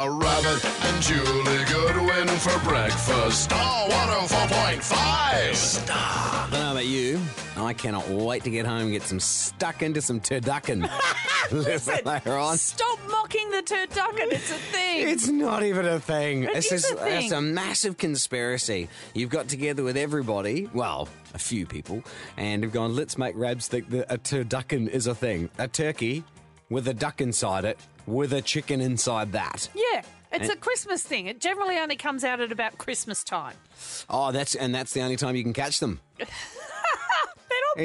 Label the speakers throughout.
Speaker 1: A rabbit and Julie Goodwin for breakfast. Oh, 104.5.
Speaker 2: I don't know about you. I cannot wait to get home and get some stuck into some turducken. Listen later on.
Speaker 3: Stop mocking the turducken. It's a thing.
Speaker 2: It's not even a thing.
Speaker 3: It
Speaker 2: it's
Speaker 3: is
Speaker 2: just
Speaker 3: a thing.
Speaker 2: it's a massive conspiracy. You've got together with everybody, well, a few people, and have gone, let's make Rabs think that a turducken is a thing. A turkey with a duck inside it, with a chicken inside that.
Speaker 3: yeah, it's a Christmas thing. It generally only comes out at about Christmas time.
Speaker 2: Oh, that's and that's the only time you can catch them.
Speaker 3: They're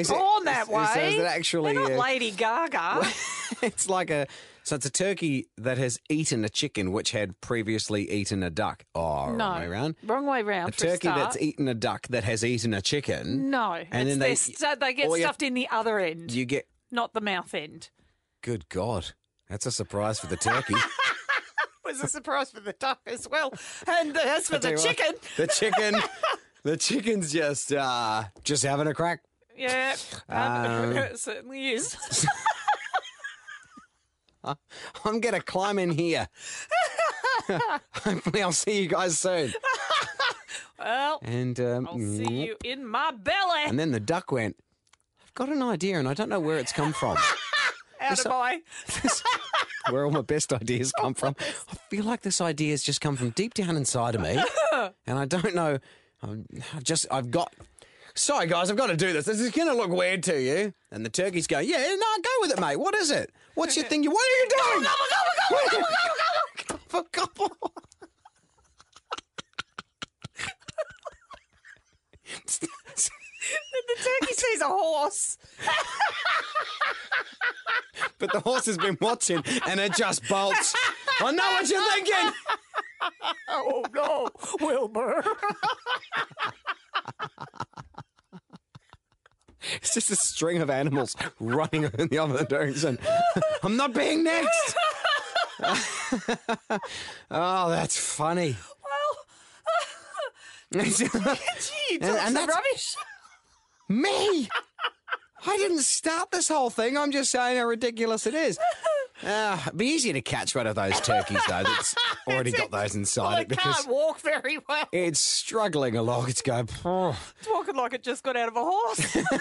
Speaker 2: Is
Speaker 3: not
Speaker 2: it-
Speaker 3: born that
Speaker 2: so
Speaker 3: way.
Speaker 2: is it actually,
Speaker 3: They're not
Speaker 2: uh,
Speaker 3: Lady Gaga.
Speaker 2: it's like a so it's a turkey that has eaten a chicken which had previously eaten a duck. Oh,
Speaker 3: no,
Speaker 2: wrong way round.
Speaker 3: Wrong way round.
Speaker 2: A
Speaker 3: for a
Speaker 2: turkey that's
Speaker 3: start.
Speaker 2: eaten a duck that has eaten a chicken.
Speaker 3: No,
Speaker 2: and then
Speaker 3: it's they
Speaker 2: they
Speaker 3: they get
Speaker 2: all you-
Speaker 3: stuffed in the other end,
Speaker 2: You get
Speaker 3: not the mouth end.
Speaker 2: good God. That's a surprise for the turkey.
Speaker 3: Was a surprise for the duck as well, and as for the
Speaker 2: Tell you what,
Speaker 3: chicken,
Speaker 2: the chicken. The chicken's just uh just having a crack.
Speaker 3: yeah, um,
Speaker 2: Um,
Speaker 3: it certainly is.
Speaker 2: I'm gonna climb in here. Hopefully I'll see you guys soon.
Speaker 3: Well,
Speaker 2: And um,
Speaker 3: I'll see you in my belly.
Speaker 2: and then the duck went, I've got an idea and I don't know where it's come from.
Speaker 3: out of my
Speaker 2: where all my best ideas come from. I feel like this idea has just come from deep down inside of me, and I don't know. I'm, I've just I've got. Sorry, guys, I've got to do this. This is going to look weird to you. And the turkey's going, yeah, no, go with it, mate. What is it? What's your thing? You what are you doing? Gobble, gobble, gobble,
Speaker 3: The turkey sees a horse.
Speaker 2: But the horse has been watching, and it just bolts. I know what you're thinking.
Speaker 3: Oh no, Wilbur.
Speaker 2: It's just a string of animals running in the other direction. I'm not being next. oh, that's funny. Well,
Speaker 3: Gee,
Speaker 2: And- and
Speaker 3: that's
Speaker 2: that's-
Speaker 3: rubbish.
Speaker 2: me. I didn't start this whole thing. I'm just saying how ridiculous it is. Uh, it'd be easier to catch one of those turkeys though. That's already got those inside
Speaker 3: Well,
Speaker 2: it
Speaker 3: it can't
Speaker 2: because
Speaker 3: walk very well.
Speaker 2: it's struggling along. It's going. "Oh."
Speaker 3: It's walking like it just got out of a horse.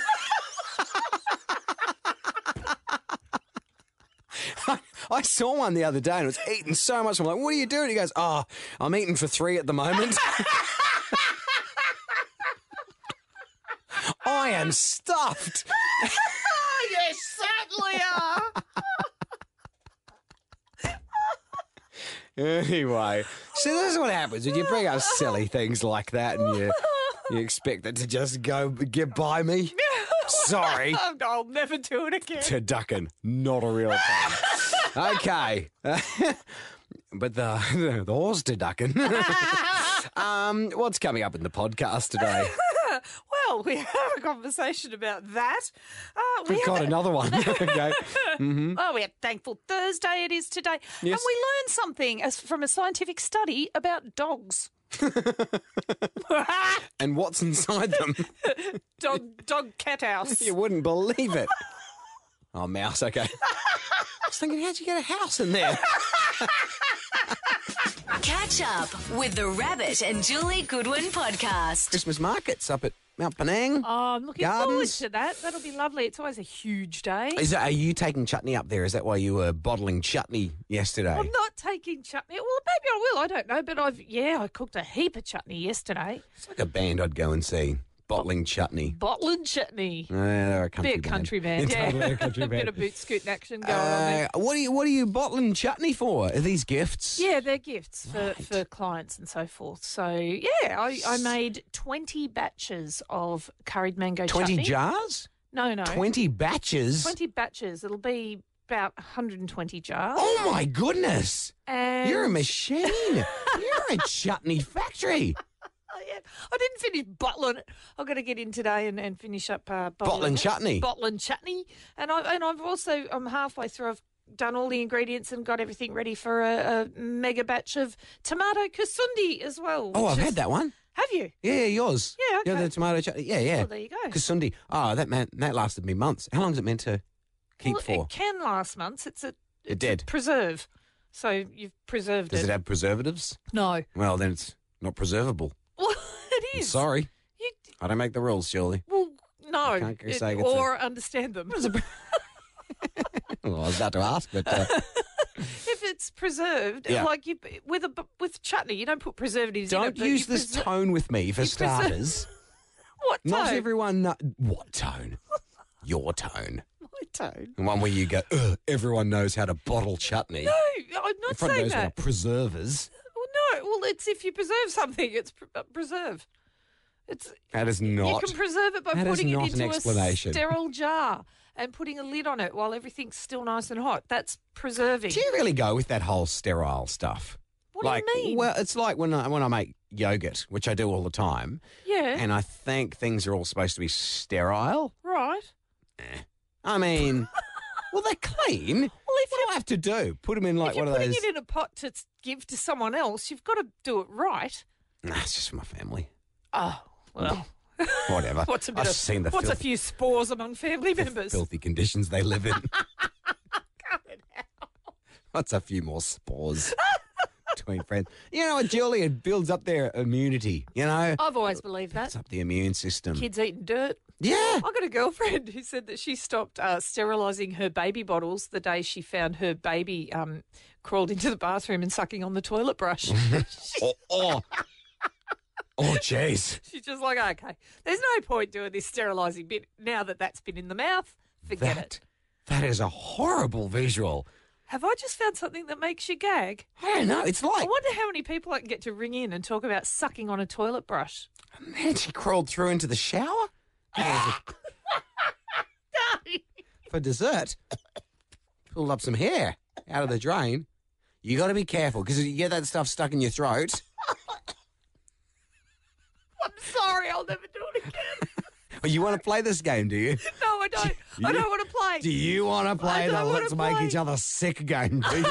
Speaker 2: I saw one the other day and it was eating so much. I'm like, what are you doing? He goes, oh, I'm eating for three at the moment. I am stuffed.
Speaker 3: you Oh, certainly uh, are.
Speaker 2: Anyway, so this is what happens when you bring up silly things like that and you, you expect it to just go get by me. Sorry.
Speaker 3: I'll never do it again.
Speaker 2: to ducking, not a real thing. okay. but the, the horse to ducking. um, what's coming up in the podcast today?
Speaker 3: Well, we have a conversation about that. Uh, we
Speaker 2: We've got
Speaker 3: had a-
Speaker 2: another one. okay.
Speaker 3: Oh, we had Thankful Thursday. It is today, and
Speaker 2: Yes.
Speaker 3: we learned something as from a scientific study about dogs.
Speaker 2: And what's inside them?
Speaker 3: dog, dog, cat house.
Speaker 2: You wouldn't believe it. Oh, mouse, okay. I was thinking, how'd you get a house in there?
Speaker 4: Catch up with the Rabbit and Julie Goodwin podcast.
Speaker 2: Christmas markets up at Mount Penang.
Speaker 3: Oh, I'm looking
Speaker 2: Gardens.
Speaker 3: forward to that. That'll be lovely. It's always a huge day.
Speaker 2: Is that, are you taking chutney up there? Is that why you were bottling chutney yesterday?
Speaker 3: I'm not taking chutney. Well, maybe I will. I don't know. But I've yeah, I cooked a heap of chutney yesterday.
Speaker 2: it's like a band I'd go and see. Bottling chutney.
Speaker 3: Botlin chutney.
Speaker 2: Uh, they're a country
Speaker 3: Bit of country man.
Speaker 2: band.
Speaker 3: Yeah,
Speaker 2: Totally a country
Speaker 3: bit
Speaker 2: band.
Speaker 3: of boot scoot action going on there.
Speaker 2: Uh, what are you What are you bottling chutney for? Are these gifts?
Speaker 3: Yeah, they're gifts for, for clients and so forth. So yeah, I, I made twenty batches of curried mango
Speaker 2: Twenty
Speaker 3: chutney.
Speaker 2: jars.
Speaker 3: no, no, 20.
Speaker 2: Twenty batches.
Speaker 3: batches. It'll be about 120 jars.
Speaker 2: Oh my goodness!
Speaker 3: And
Speaker 2: You're a machine. You're a chutney factory.
Speaker 3: Oh, yeah. I didn't finish bottling. I've got to get in today and, and finish up uh,
Speaker 2: Bottling
Speaker 3: it.
Speaker 2: chutney.
Speaker 3: Bottling chutney, and I've and I've also I'm halfway through. I've done all the ingredients and got everything ready for a, a mega batch of tomato kasundi as well.
Speaker 2: Oh,
Speaker 3: which
Speaker 2: I've
Speaker 3: is-
Speaker 2: had that one.
Speaker 3: Have you?
Speaker 2: Yeah, yeah, yours.
Speaker 3: Yeah,
Speaker 2: Yeah,
Speaker 3: okay.
Speaker 2: the tomato chutney. Yeah, yeah.
Speaker 3: Well, there you go.
Speaker 2: Kasundi.
Speaker 3: ah,
Speaker 2: Oh, that man, that lasted me months. How long is it meant to keep
Speaker 3: Well,
Speaker 2: for?
Speaker 3: It can last months. It's a
Speaker 2: It did.
Speaker 3: preserve. So you've preserved
Speaker 2: Does
Speaker 3: it.
Speaker 2: it have preservatives?
Speaker 3: no.
Speaker 2: Well, then it's not preservable.
Speaker 3: Well, it
Speaker 2: I'm
Speaker 3: is.
Speaker 2: sorry.
Speaker 3: You,
Speaker 2: I don't make the rules, surely.
Speaker 3: well, no.
Speaker 2: I can't say it's a-
Speaker 3: or understand them.
Speaker 2: Well, I was about to ask, but uh,
Speaker 3: if it's preserved,
Speaker 2: Yeah.
Speaker 3: like you with a with chutney, you don't put preservatives. in
Speaker 2: don't
Speaker 3: it, but
Speaker 2: use
Speaker 3: you
Speaker 2: this
Speaker 3: preser-
Speaker 2: tone with me for
Speaker 3: you preser-
Speaker 2: starters.
Speaker 3: What tone?
Speaker 2: Not everyone. Kno- what tone? Your tone.
Speaker 3: My tone.
Speaker 2: The one where you go, "Ugh, everyone knows how to bottle chutney.
Speaker 3: No, I'm not
Speaker 2: everyone
Speaker 3: saying
Speaker 2: knows how
Speaker 3: that.
Speaker 2: to preservers.
Speaker 3: Well, no. Well, it's if you preserve something, it's pre- uh, preserve. It's
Speaker 2: That is not.
Speaker 3: you can preserve it by
Speaker 2: That is
Speaker 3: putting
Speaker 2: not
Speaker 3: it
Speaker 2: an
Speaker 3: into a
Speaker 2: explanation.
Speaker 3: sterile jar and putting a lid on it while everything's still nice and hot. That's preserving.
Speaker 2: Do you really go with that whole sterile stuff?
Speaker 3: What
Speaker 2: like,
Speaker 3: do you mean?
Speaker 2: Well, it's like when I, when I make yogurt, which I do all the time,
Speaker 3: yeah,
Speaker 2: and I think things are all supposed to be sterile.
Speaker 3: right.
Speaker 2: I mean, well, they're clean. Well, if what do I have to do? Put them in like
Speaker 3: if you're
Speaker 2: one of
Speaker 3: putting
Speaker 2: those.
Speaker 3: it in a pot to s- give to someone else, you've got to do it right.
Speaker 2: Nah, it's just for my family.
Speaker 3: Oh well.
Speaker 2: Whatever.
Speaker 3: What's a bit
Speaker 2: I've
Speaker 3: of,
Speaker 2: seen the
Speaker 3: what's
Speaker 2: filth-
Speaker 3: a few spores among family
Speaker 2: the
Speaker 3: members?
Speaker 2: filthy conditions they live in. What's a few more spores between friends? You know what, Julie? It builds up their immunity. You know,
Speaker 3: I've always believed that.
Speaker 2: builds up the immune system.
Speaker 3: Kids eating dirt.
Speaker 2: Yeah.
Speaker 3: I got a girlfriend who said that she stopped uh, sterilising her baby bottles the day she found her baby um, crawled into the bathroom and sucking on the toilet brush.
Speaker 2: Oh, oh. Oh, jeez.
Speaker 3: She's just like, okay, there's no point doing this sterilising bit now that that's been in the mouth. Forget
Speaker 2: That,
Speaker 3: it.
Speaker 2: that is a horrible visual.
Speaker 3: Have I just found something that makes you gag?
Speaker 2: I don't know. It's
Speaker 3: I
Speaker 2: like,
Speaker 3: wonder how many people I can get to ring in and talk about sucking on a toilet brush.
Speaker 2: man, she crawled through into the shower. For dessert, pulled up some hair out of the drain. You got to be careful because you get that stuff stuck in your throat.
Speaker 3: I'm sorry, I'll never do it again.
Speaker 2: Oh, You want to play this game, do you?
Speaker 3: No, I don't. I don't want to play.
Speaker 2: Do you want to play the
Speaker 3: don't wanna
Speaker 2: let's make
Speaker 3: play.
Speaker 2: each other sick game? Do you?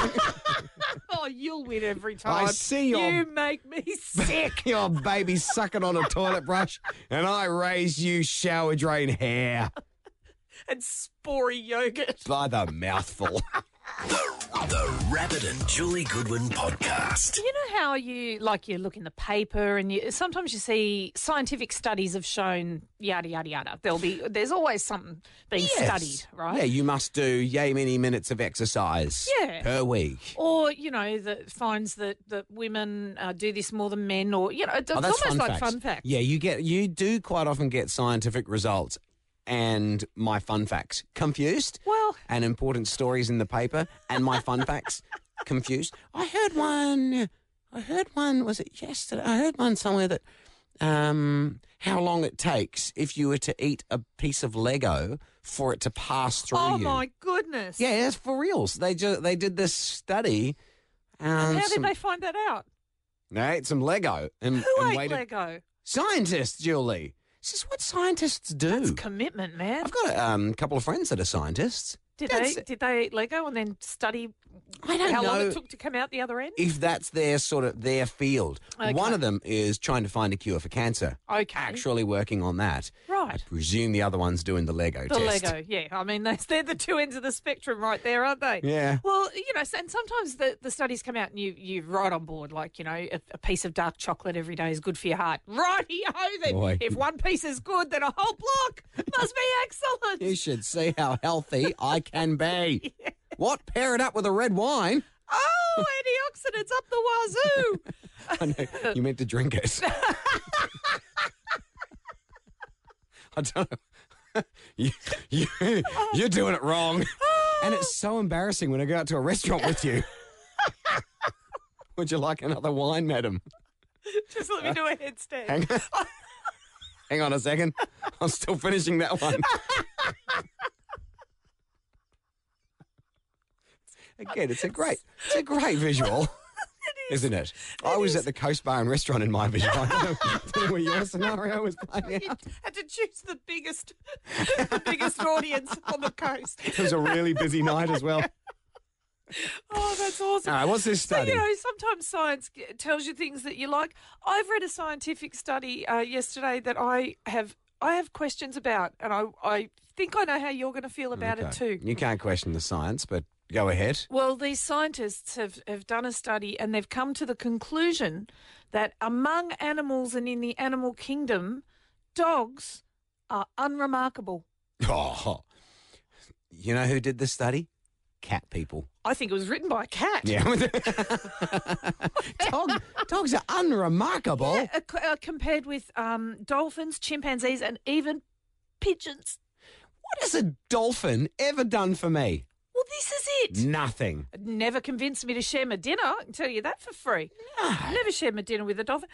Speaker 3: Oh, you'll win every time.
Speaker 2: see your-
Speaker 3: You make me sick.
Speaker 2: Your baby sucking on a toilet brush, and I raise you shower drain hair
Speaker 3: and spory yogurt.
Speaker 2: by the mouthful.
Speaker 1: The Rabbit and Julie Goodwin Podcast.
Speaker 3: Do you know how you like you look in the paper and you sometimes you see scientific studies have shown yada yada yada. There'll be there's always something being studied, right?
Speaker 2: Yeah, you must do yay many minutes of exercise
Speaker 3: Yeah.
Speaker 2: per week.
Speaker 3: Or you know that finds that that women uh, do this more than men, or you know it's
Speaker 2: Oh,
Speaker 3: almost
Speaker 2: that's fun
Speaker 3: like
Speaker 2: facts.
Speaker 3: fun fact.
Speaker 2: Yeah, you get you do quite often get scientific results and my fun facts confused.
Speaker 3: Well-
Speaker 2: and important stories in the paper and my fun facts confused. I heard one. I heard one. Was it yesterday? I heard one somewhere that um, how long it takes if you were to eat a piece of Lego for it to pass through
Speaker 3: Oh
Speaker 2: you.
Speaker 3: my goodness!
Speaker 2: Yeah, that's for reals. They just they did this study. Um,
Speaker 3: How
Speaker 2: some,
Speaker 3: did they find that out?
Speaker 2: they ate some Lego and,
Speaker 3: Who
Speaker 2: and
Speaker 3: ate
Speaker 2: waited.
Speaker 3: Lego?
Speaker 2: Scientists, Julie. This is what scientists do.
Speaker 3: It's commitment, man.
Speaker 2: I've got a um, couple of friends that are scientists.
Speaker 3: Did
Speaker 2: That's-
Speaker 3: they did they eat Lego and then study
Speaker 2: I don't
Speaker 3: how
Speaker 2: know
Speaker 3: long it took to come out the other end?
Speaker 2: if that's their sort of their field.
Speaker 3: Okay.
Speaker 2: One of them is trying to find a cure for cancer.
Speaker 3: Okay.
Speaker 2: Actually working on that. I
Speaker 3: Right.
Speaker 2: presume the other one's doing the Lego
Speaker 3: The
Speaker 2: test.
Speaker 3: Lego, yeah. I mean, those, they're the two ends of the spectrum right there, aren't they?
Speaker 2: Yeah.
Speaker 3: Well, you know, and sometimes the, the studies come out and you, you're right on board. Like, you know, a, a piece of dark chocolate every day is good for your heart. Righty-ho then.
Speaker 2: Boy.
Speaker 3: If one piece is good, then a whole block must be excellent.
Speaker 2: You should see how healthy I can be. What? Pair it up with a red wine?
Speaker 3: Oh, antioxidants up the wazoo.
Speaker 2: I know you meant to drink it. I don't know. you, you, you're doing it wrong. And it's so embarrassing when I go out to a restaurant with you. Would you like another wine, madam?
Speaker 3: Just let me do a headstand.
Speaker 2: Hang, hang on a second. I'm still finishing that one. Again, it's a great, it's a great visual, is. isn't it? I was at the Coast Bar and Restaurant in my vision. I don't know where your scenario was playing
Speaker 3: You
Speaker 2: out.
Speaker 3: had to choose the biggest, the biggest audience on the coast.
Speaker 2: It was a really busy night as well.
Speaker 3: Oh, that's awesome.
Speaker 2: All right, what's this
Speaker 3: So,
Speaker 2: study?
Speaker 3: you know, sometimes science g- tells you things that you like. I've read a scientific study uh, yesterday that I have I have questions about, and I, I think I know how you're going to feel about it
Speaker 2: Okay.
Speaker 3: too.
Speaker 2: You can't question the science, but Go ahead.
Speaker 3: Well, these scientists have, have done a study and they've come to the conclusion that among animals and in the animal kingdom, dogs are unremarkable.
Speaker 2: Oh, you know who did this study? Cat people.
Speaker 3: I think it was written by a cat.
Speaker 2: Yeah. Dog, dogs are unremarkable.
Speaker 3: Yeah, uh, c- uh, compared with um, dolphins, chimpanzees, and even pigeons.
Speaker 2: What has a dolphin ever done for me?
Speaker 3: Well, this is it.
Speaker 2: Nothing.
Speaker 3: It Never convinced me to share my dinner. I can tell you that for free. Never shared my dinner with a dolphin.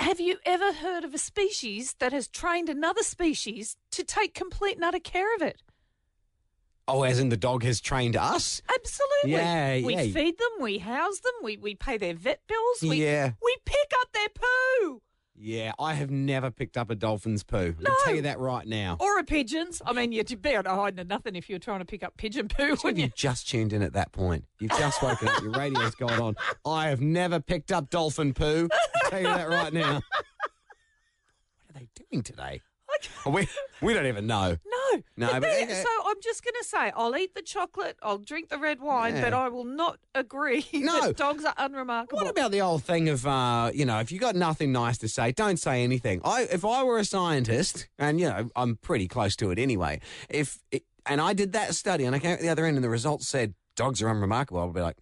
Speaker 3: Have you ever heard of a species that has trained another species to take complete and utter care of it?
Speaker 2: Oh, as in the dog has trained us?
Speaker 3: Absolutely.
Speaker 2: Yeah,
Speaker 3: we
Speaker 2: yeah.
Speaker 3: feed them, we house them, we, we pay their vet bills, we,
Speaker 2: Yeah.
Speaker 3: we pick up their poo
Speaker 2: Yeah, I have never picked up a dolphin's poo. I'll tell you that right now.
Speaker 3: or a pigeon's. I mean, you'd be able to hide into nothing if you were trying to pick up pigeon poo,
Speaker 2: Have
Speaker 3: wouldn't
Speaker 2: you
Speaker 3: you?
Speaker 2: just tuned in at that point? You've just woken up. Your radio's gone on. I have never picked up dolphin poo. I'll tell you that right now. What are they doing today? We, we don't even know.
Speaker 3: No.
Speaker 2: No, but-
Speaker 3: that- so I'm just going to say I'll eat the chocolate, I'll drink the red wine, but I will not agree
Speaker 2: No.
Speaker 3: that dogs are unremarkable.
Speaker 2: What about the old thing of uh, you know, if you got nothing nice to say, don't say anything. I if I were a scientist, and you know, I'm pretty close to it anyway. If it, and I did that study, and I came out the other end, and the results said dogs are unremarkable. I'd be like,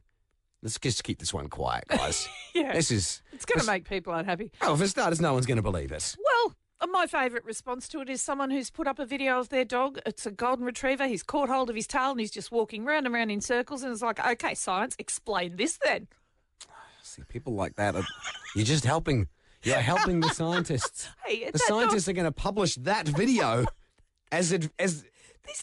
Speaker 2: let's just keep this one quiet, guys.
Speaker 3: Yeah.
Speaker 2: This is
Speaker 3: it's going to make people unhappy.
Speaker 2: oh, for starters, no one's going to believe it.
Speaker 3: Well, uh, my favourite response to it is someone who's put up a video of their dog. It's a golden retriever. He's caught hold of his tail and he's just walking round and round in circles. And it's like, okay, science, explain this then.
Speaker 2: See, people like that, are, you're just helping. You're helping the scientists.
Speaker 3: Hey,
Speaker 2: The
Speaker 3: that
Speaker 2: scientists are going to publish that video as it as
Speaker 3: dog, this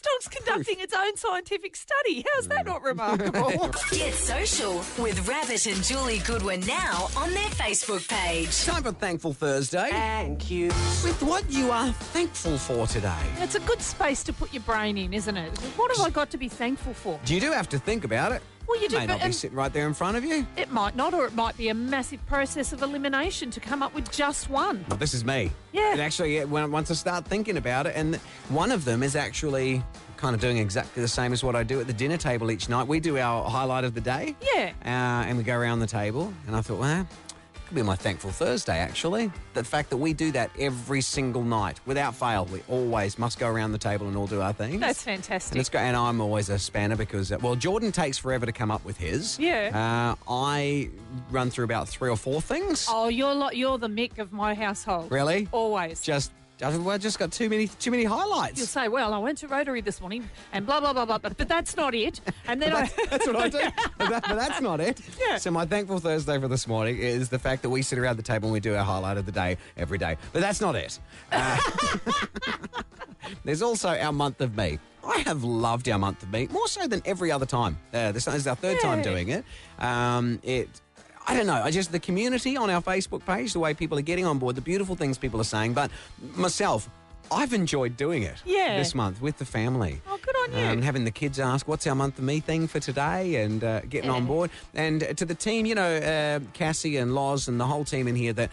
Speaker 3: dog's conducting its own scientific study. How's
Speaker 2: Mm.
Speaker 3: that not remarkable?
Speaker 4: Get social with Rabbit and Julie Goodwin now on their Facebook page.
Speaker 2: time for Thankful Thursday.
Speaker 5: Thank you.
Speaker 2: with what you are thankful for today.
Speaker 3: it's a good space to put your brain in, isn't it? What have I got to be thankful for?
Speaker 2: You do have to think about it.
Speaker 3: Well, you do,
Speaker 2: May
Speaker 3: but-
Speaker 2: not be
Speaker 3: and-
Speaker 2: sitting right there in front of you.
Speaker 3: It might not, or it might be a massive process of elimination to come up with just one.
Speaker 2: Well, this is me.
Speaker 3: Yeah.
Speaker 2: And actually, yeah, when, once I start thinking about it, and one of them is actually kind of doing exactly the same as what I do at the dinner table each night. We do our highlight of the day.
Speaker 3: Yeah.
Speaker 2: Uh, and we go around the table, and I thought, well, that could be my thankful Thursday, actually. The fact that we do that every single night without fail. We always must go around the table and all do our things.
Speaker 3: That's
Speaker 2: And
Speaker 3: fantastic.
Speaker 2: it's great. And I'm always a spanner because, uh, well, Jordan takes forever to come up with his. Uh,
Speaker 3: Yeah.
Speaker 2: I run through about three or four things.
Speaker 3: Oh, you're lo- you're the Mick of my household.
Speaker 2: Really?
Speaker 3: Always.
Speaker 2: Just, I've well, just got too many, too many highlights.
Speaker 3: You'll say, well, I went to Rotary this morning and blah, blah, blah, blah, but, but that's not it. And then I.
Speaker 2: That's what I do. but, that- but that's not it.
Speaker 3: Yeah.
Speaker 2: So my thankful Thursday for this morning is the fact that we sit around the table and we do our highlight of the day every day. But that's not it. Uh, there's also our month of me. I have loved our month of me more so than every other time. Uh, this is our third time
Speaker 3: Yay.
Speaker 2: doing it. Um, it. I don't know. I just the community on our Facebook page, the way people are getting on board, the beautiful things people are saying. But myself, I've enjoyed doing it.
Speaker 3: Yeah.
Speaker 2: This month with the family.
Speaker 3: Oh, good on you.
Speaker 2: Um, having the kids ask, "What's our month of me thing for today?" and uh, getting on board. And uh, to the team, you know, uh, Cassie and Loz and the whole team in here that.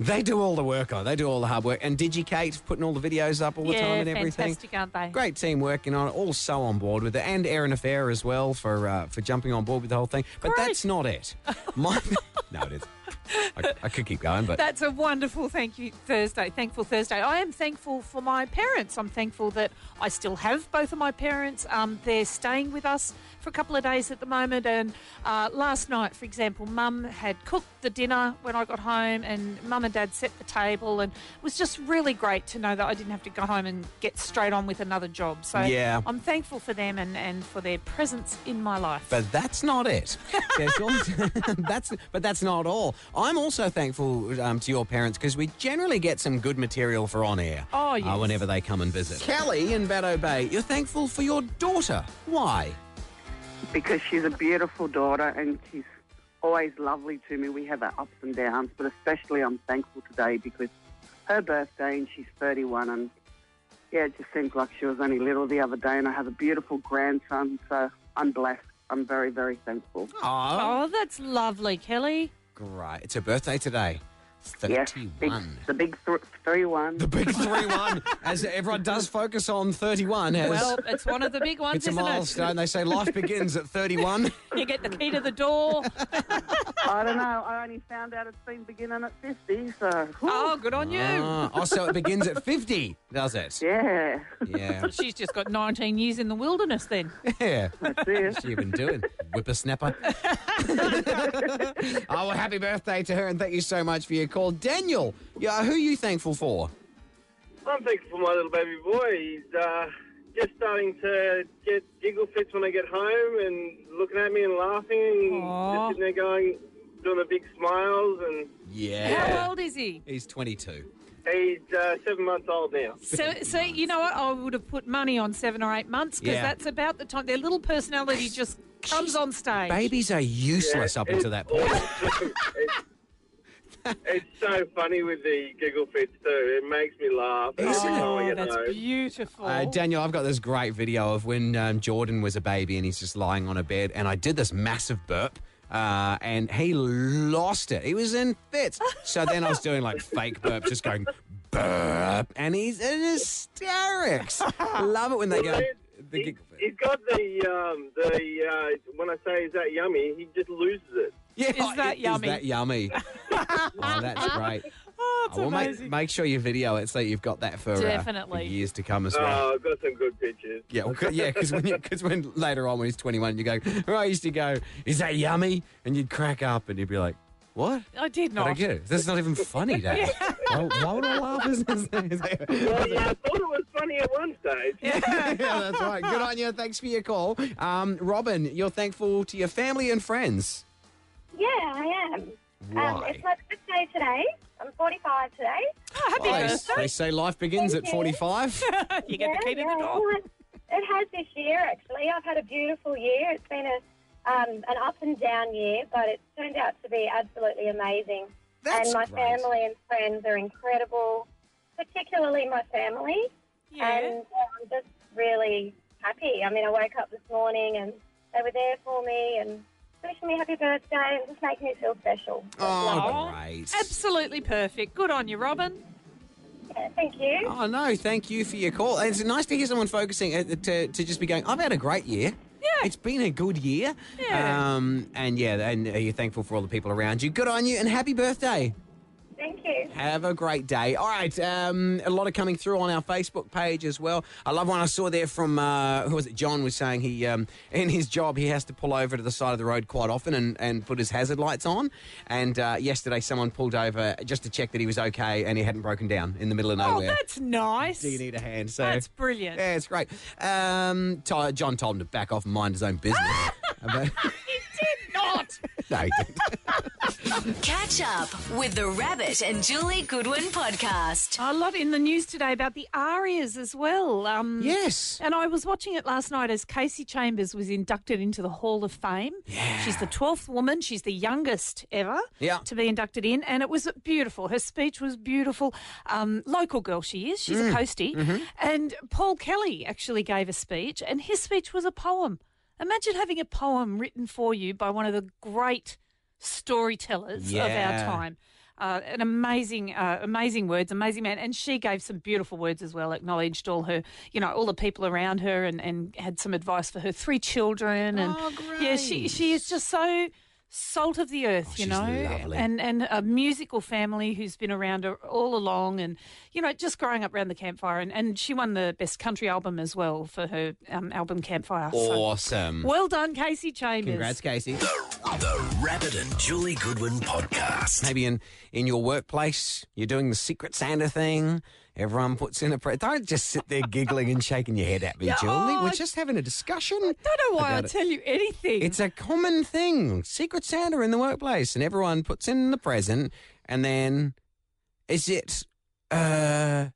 Speaker 2: They do all the work on. They do all the hard work. And DigiKate putting all the videos up all the
Speaker 3: Yeah,
Speaker 2: time and everything.
Speaker 3: fantastic, aren't they?
Speaker 2: Great team working on it. All so on board with it. And Erin Affair as well for uh, for jumping on board with the whole thing. But
Speaker 3: Great.
Speaker 2: that's not it. My, no, it is. I, I could keep going, but
Speaker 3: That's a wonderful thank you Thursday, thankful Thursday. I am thankful for my parents. I'm thankful that I still have both of my parents. Um, they're staying with us for a couple of days at the moment. And uh, last night, for example, Mum had cooked the dinner when I got home, and Mum and Dad set the table, and it was just really great to know that I didn't have to go home and get straight on with another job. So
Speaker 2: Yeah.
Speaker 3: I'm thankful for them and, and for their presence in my life.
Speaker 2: But that's not it. There's also- that's but that's not all. I'm also thankful um, to your parents because we generally get some good material for on air.
Speaker 3: Oh,
Speaker 2: uh,
Speaker 3: yes.
Speaker 2: whenever they come and visit. Kelly in Baddo Bay, you're thankful for your daughter. Why?
Speaker 5: Because she's a beautiful daughter and she's always lovely to me. We have our ups and downs, but especially I'm thankful today because her birthday and she's 31 and yeah, it just seems like she was only little the other day and I have a beautiful grandson, so I'm blessed. I'm very, very thankful.
Speaker 2: Oh,
Speaker 3: oh, that's lovely, Kelly.
Speaker 2: great! It's her birthday today.
Speaker 5: Yes,
Speaker 2: 31.
Speaker 5: big, the big th- three one.
Speaker 2: The big 3 1, as everyone does focus on 31 as
Speaker 3: Well, it's one of the big ones,
Speaker 2: it's a
Speaker 3: isn't
Speaker 2: milestone. They say life begins at 31.
Speaker 3: it? You get the key to the door.
Speaker 5: I don't know. I only found out it's been beginning at fifty. So whew,
Speaker 3: Oh, good on you.
Speaker 2: Ah, oh, so it begins at 50, does it?
Speaker 5: yeah,
Speaker 2: Yeah.
Speaker 3: She's just got 19 years in the wilderness then.
Speaker 2: Yeah.
Speaker 5: that's it.
Speaker 2: You've been doing whippersnapper. oh, well, happy birthday to her, and thank you so much for your call, Daniel. Yeah, who are you thankful for?
Speaker 6: I'm thankful for my little baby boy. He's uh, just starting to get giggle fits when I get home and looking at me and laughing and
Speaker 3: Aw.
Speaker 6: just sitting there going, doing the big smiles. And
Speaker 2: Yeah,
Speaker 3: How old is he?
Speaker 2: he's 22.
Speaker 6: he's uh, seven months old now.
Speaker 3: So, so you know what? I would have put money on seven or eight months because
Speaker 2: Yeah.
Speaker 3: that's about the time their little personality just comes on stage.
Speaker 2: Babies are useless up until that point.
Speaker 6: It's so funny with the giggle fits too. It makes me laugh every time I
Speaker 3: Oh,
Speaker 6: get
Speaker 3: that's
Speaker 6: home.
Speaker 3: beautiful.
Speaker 2: Uh, Daniel, I've got this great video of when um, Jordan was a baby and he's just lying on a bed, and I did this massive burp. Uh, and he lost it. He was in fits. So then I was doing like fake burp, just going burp, and he's in hysterics. Love it when they go. The
Speaker 6: He,
Speaker 2: giggle fit.
Speaker 6: he's got the um, the uh, when I say is that yummy, he just loses it.
Speaker 2: Yeah,
Speaker 3: Is that yummy?
Speaker 2: Is that yummy? oh, that's great.
Speaker 3: oh, it's
Speaker 2: Oh, well, make,
Speaker 3: amazing.
Speaker 2: make sure you video it so you've got that for, uh, for
Speaker 3: Definitely.
Speaker 2: years to come as
Speaker 6: Oh,
Speaker 2: well.
Speaker 6: I've got some good pictures.
Speaker 2: Yeah, well, 'cause- yeah, because when, you- 'cause when later on when he's 21, you go, where I used to go, is that yummy? And you'd crack up and you'd be like, what?
Speaker 3: I did
Speaker 2: I
Speaker 3: not.
Speaker 2: don't get it. That's not even funny, Dad. why, why would I laugh? Is, is, is
Speaker 6: Well, yeah, I thought it was funny at one stage.
Speaker 2: yeah, that's right. Good on you. Thanks for your call. Um, Robin, you're thankful to your family and friends.
Speaker 7: Yeah, I am. Um,
Speaker 2: Why?
Speaker 7: it's my birthday today. I'm 45 today.
Speaker 3: Happy
Speaker 2: Why?
Speaker 3: birthday.
Speaker 2: They say life begins at
Speaker 7: Thank you.
Speaker 2: 45.
Speaker 3: You get the key to
Speaker 7: yeah.
Speaker 3: the door.
Speaker 7: Well, It has this year, actually. I've had a beautiful year. It's been a um, an up and down year, but it's turned out to be absolutely amazing.
Speaker 2: That's
Speaker 7: and my
Speaker 2: great.
Speaker 7: family and friends are incredible, particularly my family.
Speaker 3: Yeah.
Speaker 7: And uh, I'm just really happy. I mean, I woke up this morning and they were there for me and wishing me happy birthday and just making me feel special.
Speaker 2: Oh, great.
Speaker 3: Absolutely perfect. Good on you, Robin.
Speaker 7: Yeah, thank you.
Speaker 2: Oh, no, thank you for your call. It's nice to hear someone focusing uh, to, to just be going, I've had a great year. Yeah. It's been a good year.
Speaker 3: Yeah.
Speaker 2: Um, and yeah, and uh, you're thankful for all the people around you. Good on you and happy birthday.
Speaker 7: Thank you.
Speaker 2: Have a great day. All right, um, a lot of coming through on our Facebook page as well. I love one I saw there from uh, who was it? John was saying he um, in his job he has to pull over to the side of the road quite often and, and put his hazard lights on. And uh, yesterday someone pulled over just to check that he was okay and he hadn't broken down in the middle of
Speaker 3: Oh,
Speaker 2: nowhere.
Speaker 3: that's nice.
Speaker 2: Do you need a hand? So
Speaker 3: That's brilliant.
Speaker 2: yeah, it's great. Um, Ty- John told him to back off and mind his own business. But-
Speaker 3: Not.
Speaker 2: no, he didn't.
Speaker 4: Catch up with the Rabbit and Julie Goodwin podcast.
Speaker 3: A lot in the news today about the Arias as well. Um,
Speaker 2: Yes.
Speaker 3: And I was watching it last night as Casey Chambers was inducted into the Hall of Fame. Yeah. She's the 12th woman. She's the youngest ever
Speaker 2: Yeah.
Speaker 3: to be inducted in. And it was beautiful. Her speech was beautiful. Um, local girl she is. She's
Speaker 2: Mm.
Speaker 3: a coastie.
Speaker 2: Mm-hmm.
Speaker 3: And Paul Kelly actually gave a speech, and his speech was a poem. Imagine having a poem written for you by one of the great storytellers of
Speaker 2: Yeah.
Speaker 3: our time. Uh, an amazing, uh, amazing words, amazing man, and she gave some beautiful words as well. Acknowledged all her, you know, all the people around her, and, and had some advice for her three children. And
Speaker 2: Oh, Oh,
Speaker 3: yeah, she she is just so salt of the earth, you
Speaker 2: she's
Speaker 3: know,
Speaker 2: lovely.
Speaker 3: and and a musical family who's been around her all along, and you know, just growing up around the campfire. And, and she won the best country album as well for her um, album Campfire. So,
Speaker 2: Awesome.
Speaker 3: well done, Casey Chambers.
Speaker 2: Congrats, Casey.
Speaker 1: The Rabbit and Julie Goodwin Podcast.
Speaker 2: Maybe in, in your workplace, you're doing the Secret Santa thing. Everyone puts in a prayer. Don't just sit there giggling and shaking your head at me, Julie.
Speaker 3: oh,
Speaker 2: We're
Speaker 3: I-
Speaker 2: just having a discussion.
Speaker 3: Don't know why I
Speaker 2: about it.
Speaker 3: tell you anything.
Speaker 2: It's a common thing. Secret Santa in the workplace, and everyone puts in the present, and then is it? Because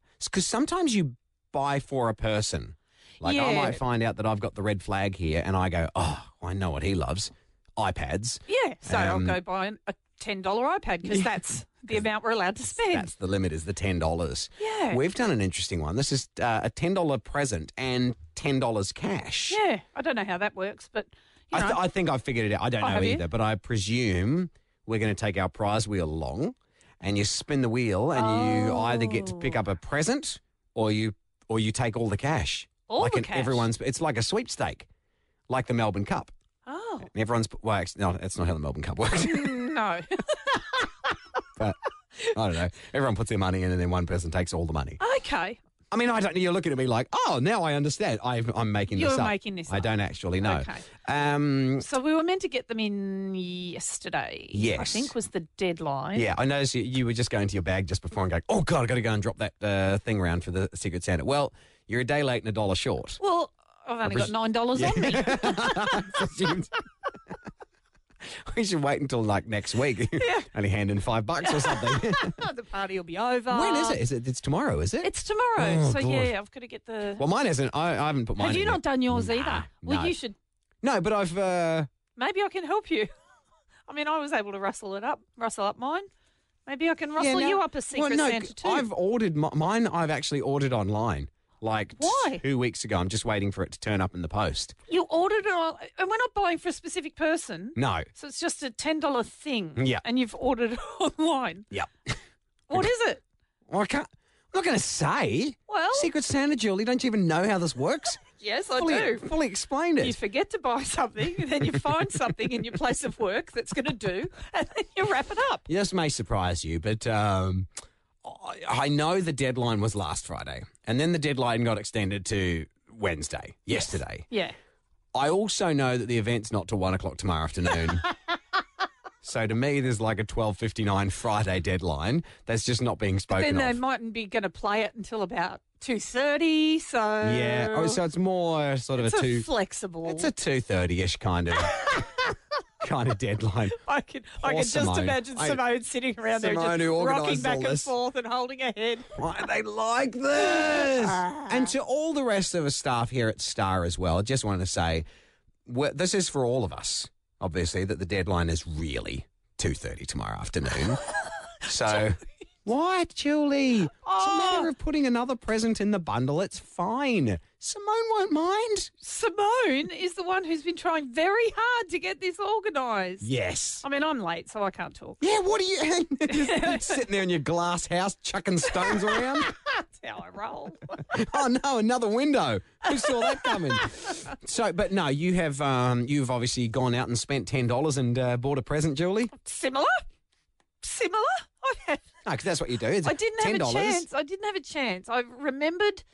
Speaker 2: sometimes you buy for a person. Like I
Speaker 3: Yeah.
Speaker 2: might find out that I've got the red flag here, and I go, "Oh, I know what he loves: iPads."
Speaker 3: Yeah, so
Speaker 2: Um,
Speaker 3: I'll go buy an, a ten dollar iPad because that's the amount we're allowed to spend.
Speaker 2: That's the limit is the ten dollars.
Speaker 3: Yeah.
Speaker 2: we've done an interesting one. This is uh, a ten dollar present and ten dollars cash.
Speaker 3: Yeah, I don't know how that works, but you
Speaker 2: I,
Speaker 3: know,
Speaker 2: th- I think I've figured it out. I don't
Speaker 3: Oh,
Speaker 2: know
Speaker 3: have you?
Speaker 2: either, but I presume we're going to take our prize wheel along and you spin the wheel and you either get to pick
Speaker 3: Oh.
Speaker 2: up a present or you or you take all the cash.
Speaker 3: All
Speaker 2: like
Speaker 3: the
Speaker 2: an-
Speaker 3: cash?
Speaker 2: Everyone's it's like a sweepstake, like the Melbourne Cup.
Speaker 3: Oh,
Speaker 2: And everyone's well, actually, no, that's not how the Melbourne Cup works.
Speaker 3: no.
Speaker 2: but I don't know. Everyone puts their money in, and then one person takes all the money.
Speaker 3: okay.
Speaker 2: I mean, I don't. You're looking at me like, oh, now I understand. I've, I'm making this
Speaker 3: You're
Speaker 2: up.
Speaker 3: making this
Speaker 2: I
Speaker 3: up.
Speaker 2: don't actually know.
Speaker 3: Okay.
Speaker 2: Um,
Speaker 3: So we were meant to get them in yesterday. I
Speaker 2: Yes.
Speaker 3: think was the deadline.
Speaker 2: yeah, I noticed you, you were just going to your bag just before and going, oh god, I got to go and drop that uh, thing round for the Secret Santa. Well, you're a day late and a dollar short.
Speaker 3: Well, I've only
Speaker 2: pres-
Speaker 3: got nine dollars on me.
Speaker 2: we should wait until like next week. Only hand in five bucks or something.
Speaker 3: the party will be over.
Speaker 2: when is it? Is it? It's tomorrow, is it?
Speaker 3: It's tomorrow.
Speaker 2: Oh,
Speaker 3: so
Speaker 2: God.
Speaker 3: yeah, I've got to get the.
Speaker 2: well, mine isn't. I, I haven't put mine.
Speaker 3: Have you
Speaker 2: in
Speaker 3: not
Speaker 2: yet.
Speaker 3: done yours
Speaker 2: Nah,
Speaker 3: either? Well,
Speaker 2: no.
Speaker 3: you should.
Speaker 2: No, but I've. Uh,
Speaker 3: Maybe I can help you. I mean, I was able to rustle it up, rustle up mine. Maybe I can
Speaker 2: Yeah,
Speaker 3: rustle
Speaker 2: no-
Speaker 3: you up a secret
Speaker 2: well, no,
Speaker 3: Santa too.
Speaker 2: I've ordered mi- mine. I've actually ordered online. Like
Speaker 3: Why?
Speaker 2: two weeks ago, I'm just waiting for it to turn up in the post.
Speaker 3: You ordered it all, and we're not buying for a specific person.
Speaker 2: No,
Speaker 3: So it's just a ten dollar thing.
Speaker 2: Yeah.
Speaker 3: And you've ordered it online.
Speaker 2: yeah,
Speaker 3: What is it?
Speaker 2: well, I can't. I'm not going to say.
Speaker 3: Well-
Speaker 2: Secret Santa, Julie. Don't you even know how this works?
Speaker 3: Yes, I
Speaker 2: fully,
Speaker 3: do.
Speaker 2: fully explained it.
Speaker 3: You forget to buy something, and then you find something in your place of work that's going to do, and then you wrap it up.
Speaker 2: this may surprise you, but um, I, I know the deadline was last Friday, and then the deadline got extended to Wednesday, yesterday.
Speaker 3: Yeah.
Speaker 2: I also know that the event's not till one o'clock tomorrow afternoon. so to me, there's like a twelve fifty nine Friday deadline that's just not being spoken
Speaker 3: then they
Speaker 2: of.
Speaker 3: mightn't be going to play it until about two thirty. So
Speaker 2: yeah, oh, so it's more sort of
Speaker 3: it's
Speaker 2: a
Speaker 3: a
Speaker 2: two.
Speaker 3: flexible.
Speaker 2: it's a two thirty ish kind of kind of deadline.
Speaker 3: I can I
Speaker 2: Poor
Speaker 3: can just
Speaker 2: Simone.
Speaker 3: imagine
Speaker 2: I-
Speaker 3: Simone sitting around
Speaker 2: Simone
Speaker 3: there
Speaker 2: who
Speaker 3: just rocking
Speaker 2: organised all
Speaker 3: back and
Speaker 2: this.
Speaker 3: forth and holding her head.
Speaker 2: Why are they like this? and to all the rest of the staff here at Star as well, I just want to say we this is for all of us. Obviously, that the deadline is really two thirty tomorrow afternoon. so. Why, Julie? It's a matter of putting another present in the bundle. It's fine. Simone won't mind.
Speaker 3: Simone is the one who's been trying very hard to get this organised.
Speaker 2: Yes.
Speaker 3: I mean, I'm late, so I can't talk.
Speaker 2: Yeah, what are you just sitting there in your glass house chucking stones around?
Speaker 3: That's how I roll.
Speaker 2: oh no, another window. Who saw that coming? so, but no, you have um, you've obviously gone out and spent ten dollars and uh, bought a present, Julie. No,
Speaker 3: Similar, similar. I had
Speaker 2: because that's what you do. It's
Speaker 3: I didn't have
Speaker 2: $10.
Speaker 3: a chance. I didn't have a chance. I remembered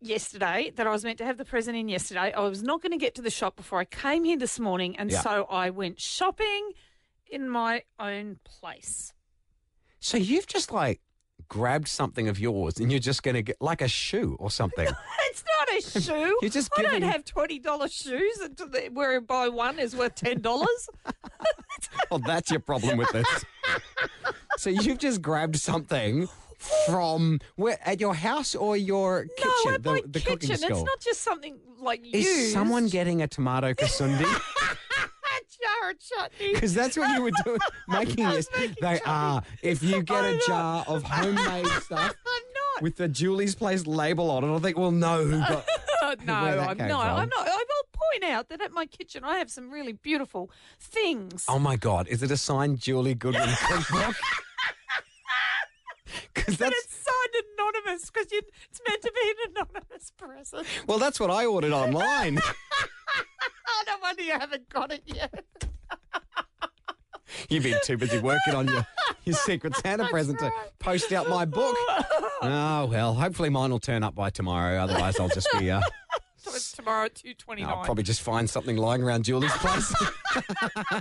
Speaker 3: yesterday that I was meant to have the present in yesterday. I was not going to get to the shop before I came here this morning, and
Speaker 2: Yeah.
Speaker 3: so I went shopping in my own place.
Speaker 2: So you've just like grabbed something of yours, and you're just going to get like a shoe or something.
Speaker 3: It's not a shoe.
Speaker 2: You're just
Speaker 3: I don't
Speaker 2: giving-
Speaker 3: have twenty dollars shoes until they- where buy one is worth ten dollars.
Speaker 2: well, that's your problem with this. so you've just grabbed something from where at your house or your kitchen,
Speaker 3: no, at
Speaker 2: the,
Speaker 3: my
Speaker 2: the
Speaker 3: kitchen.
Speaker 2: cooking
Speaker 3: It's
Speaker 2: school.
Speaker 3: not just something like you.
Speaker 2: Is someone getting a tomato kasundi?
Speaker 3: jar of chutney?
Speaker 2: Because that's what you were doing, making this.
Speaker 3: making
Speaker 2: They
Speaker 3: chutney.
Speaker 2: are. "Ah, If you get a
Speaker 3: I'm not.
Speaker 2: jar of homemade stuff
Speaker 3: I'm not.
Speaker 2: with the Julie's Place label on it, I think we'll know who got.
Speaker 3: Uh, no,
Speaker 2: where that
Speaker 3: I'm
Speaker 2: came
Speaker 3: not.
Speaker 2: from.
Speaker 3: I'm not. I will point out that at my kitchen I have some really beautiful things.
Speaker 2: Oh my God! Is it a signed Julie Goodwin cookbook? Because
Speaker 3: but
Speaker 2: that's
Speaker 3: it's signed anonymous because it's meant to be an anonymous present.
Speaker 2: well, that's what I ordered online.
Speaker 3: Oh, no wonder you haven't got it yet.
Speaker 2: You've been too busy working on your your Secret Santa present to post out my book. Oh well, hopefully mine will turn up by tomorrow. Otherwise, I'll just be. Uh,
Speaker 3: So it's tomorrow at two twenty
Speaker 2: I'll
Speaker 3: nine.
Speaker 2: probably just find something lying around Julie's place.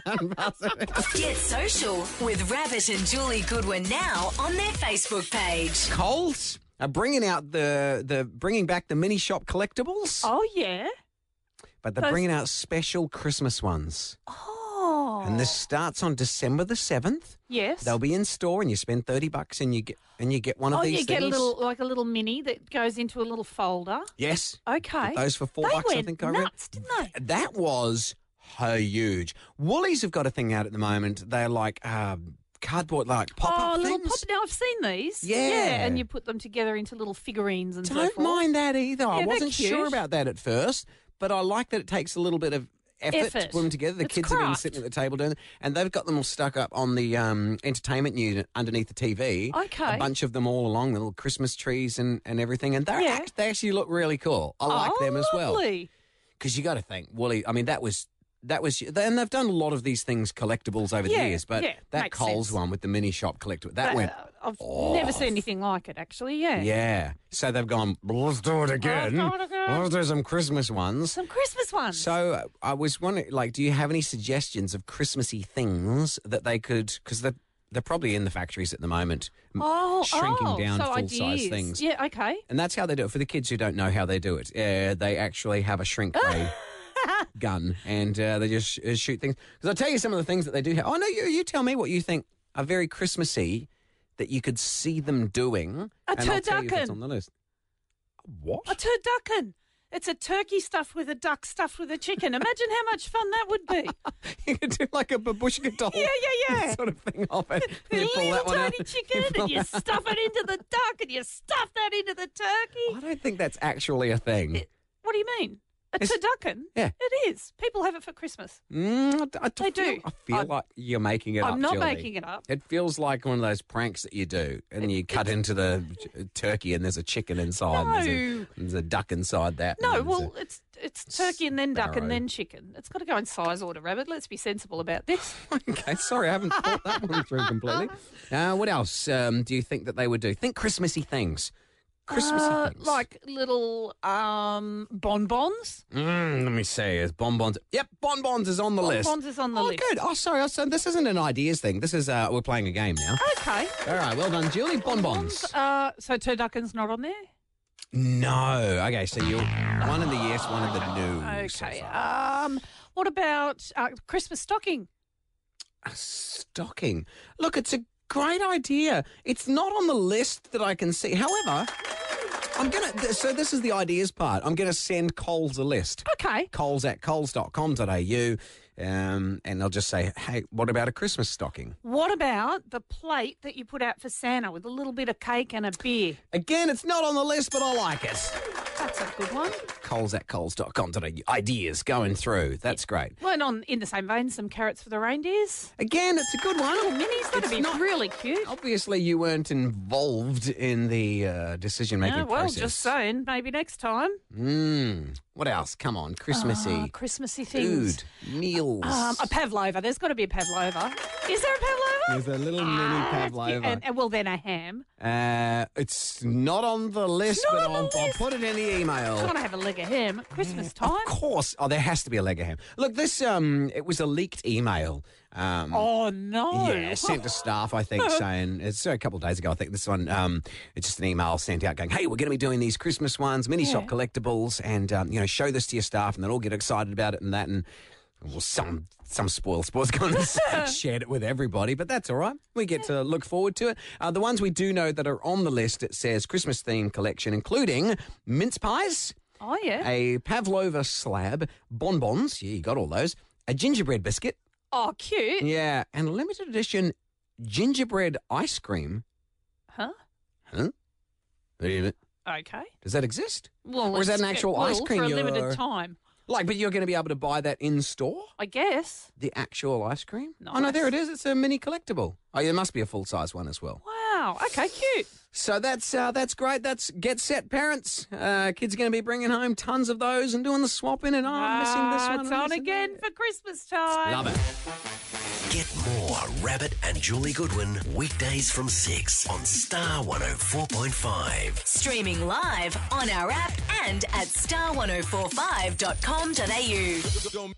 Speaker 4: Get social with Rabbit and Julie Goodwin now on their Facebook page.
Speaker 2: Coles are bringing out the the bringing back the mini shop collectibles,
Speaker 3: Oh yeah.
Speaker 2: but they're
Speaker 3: those-
Speaker 2: bringing out special Christmas ones.
Speaker 3: Oh.
Speaker 2: And this starts on December the seventh.
Speaker 3: Yes.
Speaker 2: They'll be in store, and you spend thirty bucks, and you get and you get one of
Speaker 3: Oh,
Speaker 2: these.
Speaker 3: you get a
Speaker 2: things.
Speaker 3: little like a little mini that goes into a little folder.
Speaker 2: Yes,
Speaker 3: Okay.
Speaker 2: those for four
Speaker 3: they
Speaker 2: bucks.
Speaker 3: Went
Speaker 2: I think I
Speaker 3: nuts,
Speaker 2: read.
Speaker 3: didn't they?
Speaker 2: That was huge. Woolies have got a thing out at the moment. They're like um, cardboard, like pop up
Speaker 3: oh, little
Speaker 2: things.
Speaker 3: pop. Now I've seen these.
Speaker 2: Yeah.
Speaker 3: and you put them together into little figurines and so
Speaker 2: Don't
Speaker 3: forth.
Speaker 2: mind that either. I
Speaker 3: they're
Speaker 2: wasn't sure
Speaker 3: cute.
Speaker 2: about that at first, but I like that it takes a little bit of effort, to
Speaker 3: Effort.
Speaker 2: put them together. The
Speaker 3: It's
Speaker 2: kids have been
Speaker 3: craft.
Speaker 2: sitting at the table doing it, and they've got them all stuck up on the um, entertainment unit underneath the TV.
Speaker 3: Okay.
Speaker 2: A bunch of them all along, the little Christmas trees and, and everything. And they're
Speaker 3: Yeah.
Speaker 2: act- they actually look really cool. I like
Speaker 3: oh,
Speaker 2: them as well
Speaker 3: lovely.
Speaker 2: because you got to think Wooly. I mean, that was that was, and they've done a lot of these things collectibles over the
Speaker 3: Yeah,
Speaker 2: years. But
Speaker 3: yeah,
Speaker 2: that
Speaker 3: makes
Speaker 2: Coles
Speaker 3: sense.
Speaker 2: one with the mini shop collectible, that
Speaker 3: But,
Speaker 2: went.
Speaker 3: uh, I've
Speaker 2: off.
Speaker 3: never seen anything like it, actually. Yeah.
Speaker 2: Yeah, so they've gone. Let's do it again.
Speaker 3: do it again."
Speaker 2: Let's do some Christmas ones.
Speaker 3: Some Christmas ones.
Speaker 2: So uh, I was wondering, like, do you have any suggestions of Christmassy things that they could? Because they're they're probably in the factories at the moment, m-
Speaker 3: oh,
Speaker 2: shrinking
Speaker 3: oh,
Speaker 2: down
Speaker 3: so
Speaker 2: full size
Speaker 3: ideas.
Speaker 2: things.
Speaker 3: Yeah. Okay.
Speaker 2: And that's how they do it. For the kids who don't know how they do it, uh, they actually have a shrink ray gun and uh, they just sh- uh, shoot things. Because I'll tell you some of the things that they do have. Oh, no, you, you tell me what you think are very Christmassy that you could see them doing.
Speaker 3: A
Speaker 2: and I'll tell you if it's
Speaker 3: turducken.
Speaker 2: on the list. What?
Speaker 3: A turducken. It's a turkey stuffed with a duck stuffed with a chicken. Imagine how much fun that would be.
Speaker 2: you could do like a babushka doll.
Speaker 3: Yeah, yeah, yeah.
Speaker 2: Sort of thing off it.
Speaker 3: The
Speaker 2: You pull
Speaker 3: little
Speaker 2: that one out.
Speaker 3: tiny chicken, and you stuff it into the duck, and you stuff that into the
Speaker 2: I
Speaker 3: turkey.
Speaker 2: don't think that's actually a thing.
Speaker 3: What do you mean? A
Speaker 2: It's-
Speaker 3: turducken?
Speaker 2: yeah.
Speaker 3: It is. People have it for Christmas.
Speaker 2: Mm, I, I
Speaker 3: They
Speaker 2: feel-
Speaker 3: do.
Speaker 2: I feel
Speaker 3: I-
Speaker 2: like you're making it up.
Speaker 3: I'm not
Speaker 2: Julie.
Speaker 3: making it up.
Speaker 2: It feels like one of those pranks that you do, and you cut into the ch- turkey, and there's a chicken inside. And there's, a,
Speaker 3: No.
Speaker 2: there's a duck inside that.
Speaker 3: No,
Speaker 2: and there's
Speaker 3: well, it's it's turkey and then duck and then chicken. It's got to go in size order, rabbit. Let's be sensible about this.
Speaker 2: a- okay, sorry, I haven't thought that one through completely. Uh, what else um, do you think that they would do? Think Christmassy things. Christmassy
Speaker 3: Uh,
Speaker 2: things.
Speaker 3: like little um, bonbons.
Speaker 2: Mm, let me see. Is bonbons? Yep, bonbons is on the list.
Speaker 3: Bonbons is on the
Speaker 2: oh,
Speaker 3: list.
Speaker 2: good. Oh, sorry. I said this isn't an ideas thing. This is uh, we're playing a game now.
Speaker 3: Okay.
Speaker 2: All right, well done, Julie. Bonbons.
Speaker 3: Uh, so turducken's not on there.
Speaker 2: No. Okay, so you are one of the yes, one of the no. so
Speaker 3: Okay.
Speaker 2: far.
Speaker 3: Um, what about uh, Christmas stocking?
Speaker 2: A stocking. Look, it's a great idea. It's not on the list that I can see. However, I'm going to. so, this is the ideas part. I'm going to send Coles a list.
Speaker 3: Okay.
Speaker 2: Coles at coles.com.au. Um, and I'll just say, hey, what about a Christmas stocking?
Speaker 3: What about the plate that you put out for Santa with a little bit of cake and a beer?
Speaker 2: Again, it's not on the list, but I like it.
Speaker 3: That's a good one.
Speaker 2: Coles at coles.com.au. Ideas going through. That's great.
Speaker 3: Well, and on in the same vein, some carrots for the reindeers.
Speaker 2: Again, it's a good one.
Speaker 3: Little minis. That'd
Speaker 2: It's
Speaker 3: be
Speaker 2: not-
Speaker 3: really cute.
Speaker 2: Obviously, you weren't involved in the uh, decision making
Speaker 3: Yeah, well,
Speaker 2: process.
Speaker 3: just saying. Maybe next time.
Speaker 2: Mm. What else? Come on, Christmassy
Speaker 3: Ah, Christmassy things.
Speaker 2: food, meals.
Speaker 3: Um, a pavlova. There's got to be a pavlova. Is there a pavlova? Ah,
Speaker 2: There's a little mini pavlova.
Speaker 3: And, and well, then a ham.
Speaker 2: uh, it's not on the list,
Speaker 3: not
Speaker 2: but
Speaker 3: on the
Speaker 2: I'll, I'll
Speaker 3: list.
Speaker 2: put it in the
Speaker 3: I
Speaker 2: email.
Speaker 3: want to have a leg of ham at Christmas time.
Speaker 2: Oh. Of course. Oh, there has to be a leg of ham. Look, this um, it was a leaked email. Um,
Speaker 3: Oh no!
Speaker 2: Yeah, sent to staff, I think, saying it's a couple of days ago. I think this one, um, it's just an email sent out going, "Hey, we're going to be doing these Christmas ones, mini shop collectibles, and um, you know, show this to your staff, and they'll all get excited about it and that." And well, some some spoil sports gone and shared it with everybody, but that's all right. We get to look forward to it. Uh, the ones we do know that are on the list, it says Christmas theme collection, including mince pies
Speaker 3: Oh yeah.
Speaker 2: a pavlova slab, bonbons, yeah, you got all those, a gingerbread biscuit,
Speaker 3: Oh cute.
Speaker 2: yeah, and limited edition gingerbread ice cream.
Speaker 3: Huh?
Speaker 2: Huh? Wait a minute.
Speaker 3: Okay.
Speaker 2: Does that exist?
Speaker 3: Well,
Speaker 2: Or is that
Speaker 3: it's-
Speaker 2: an actual
Speaker 3: well,
Speaker 2: ice cream
Speaker 3: for a
Speaker 2: you're-
Speaker 3: limited time?
Speaker 2: Like, but you're going to be able to buy that in store?
Speaker 3: I guess.
Speaker 2: The actual ice cream? Oh, no, there it is. It's a mini collectible. Oh, yeah, there must be a full size one as well.
Speaker 3: Wow. Okay. Cute.
Speaker 2: So that's uh, that's great. That's get set, parents. Uh, kids are going to be bringing home tons of those and doing the swapping. And oh, I'm missing this
Speaker 3: Ah,
Speaker 2: one.
Speaker 3: It's
Speaker 2: I'm
Speaker 3: on
Speaker 2: missing
Speaker 3: again for Christmas time.
Speaker 2: that. Love it.
Speaker 8: Get more Rabbit and Julie Goodwin weekdays from 6 on Star 104.5.
Speaker 4: Streaming live on oh our app and at star1045.com.au.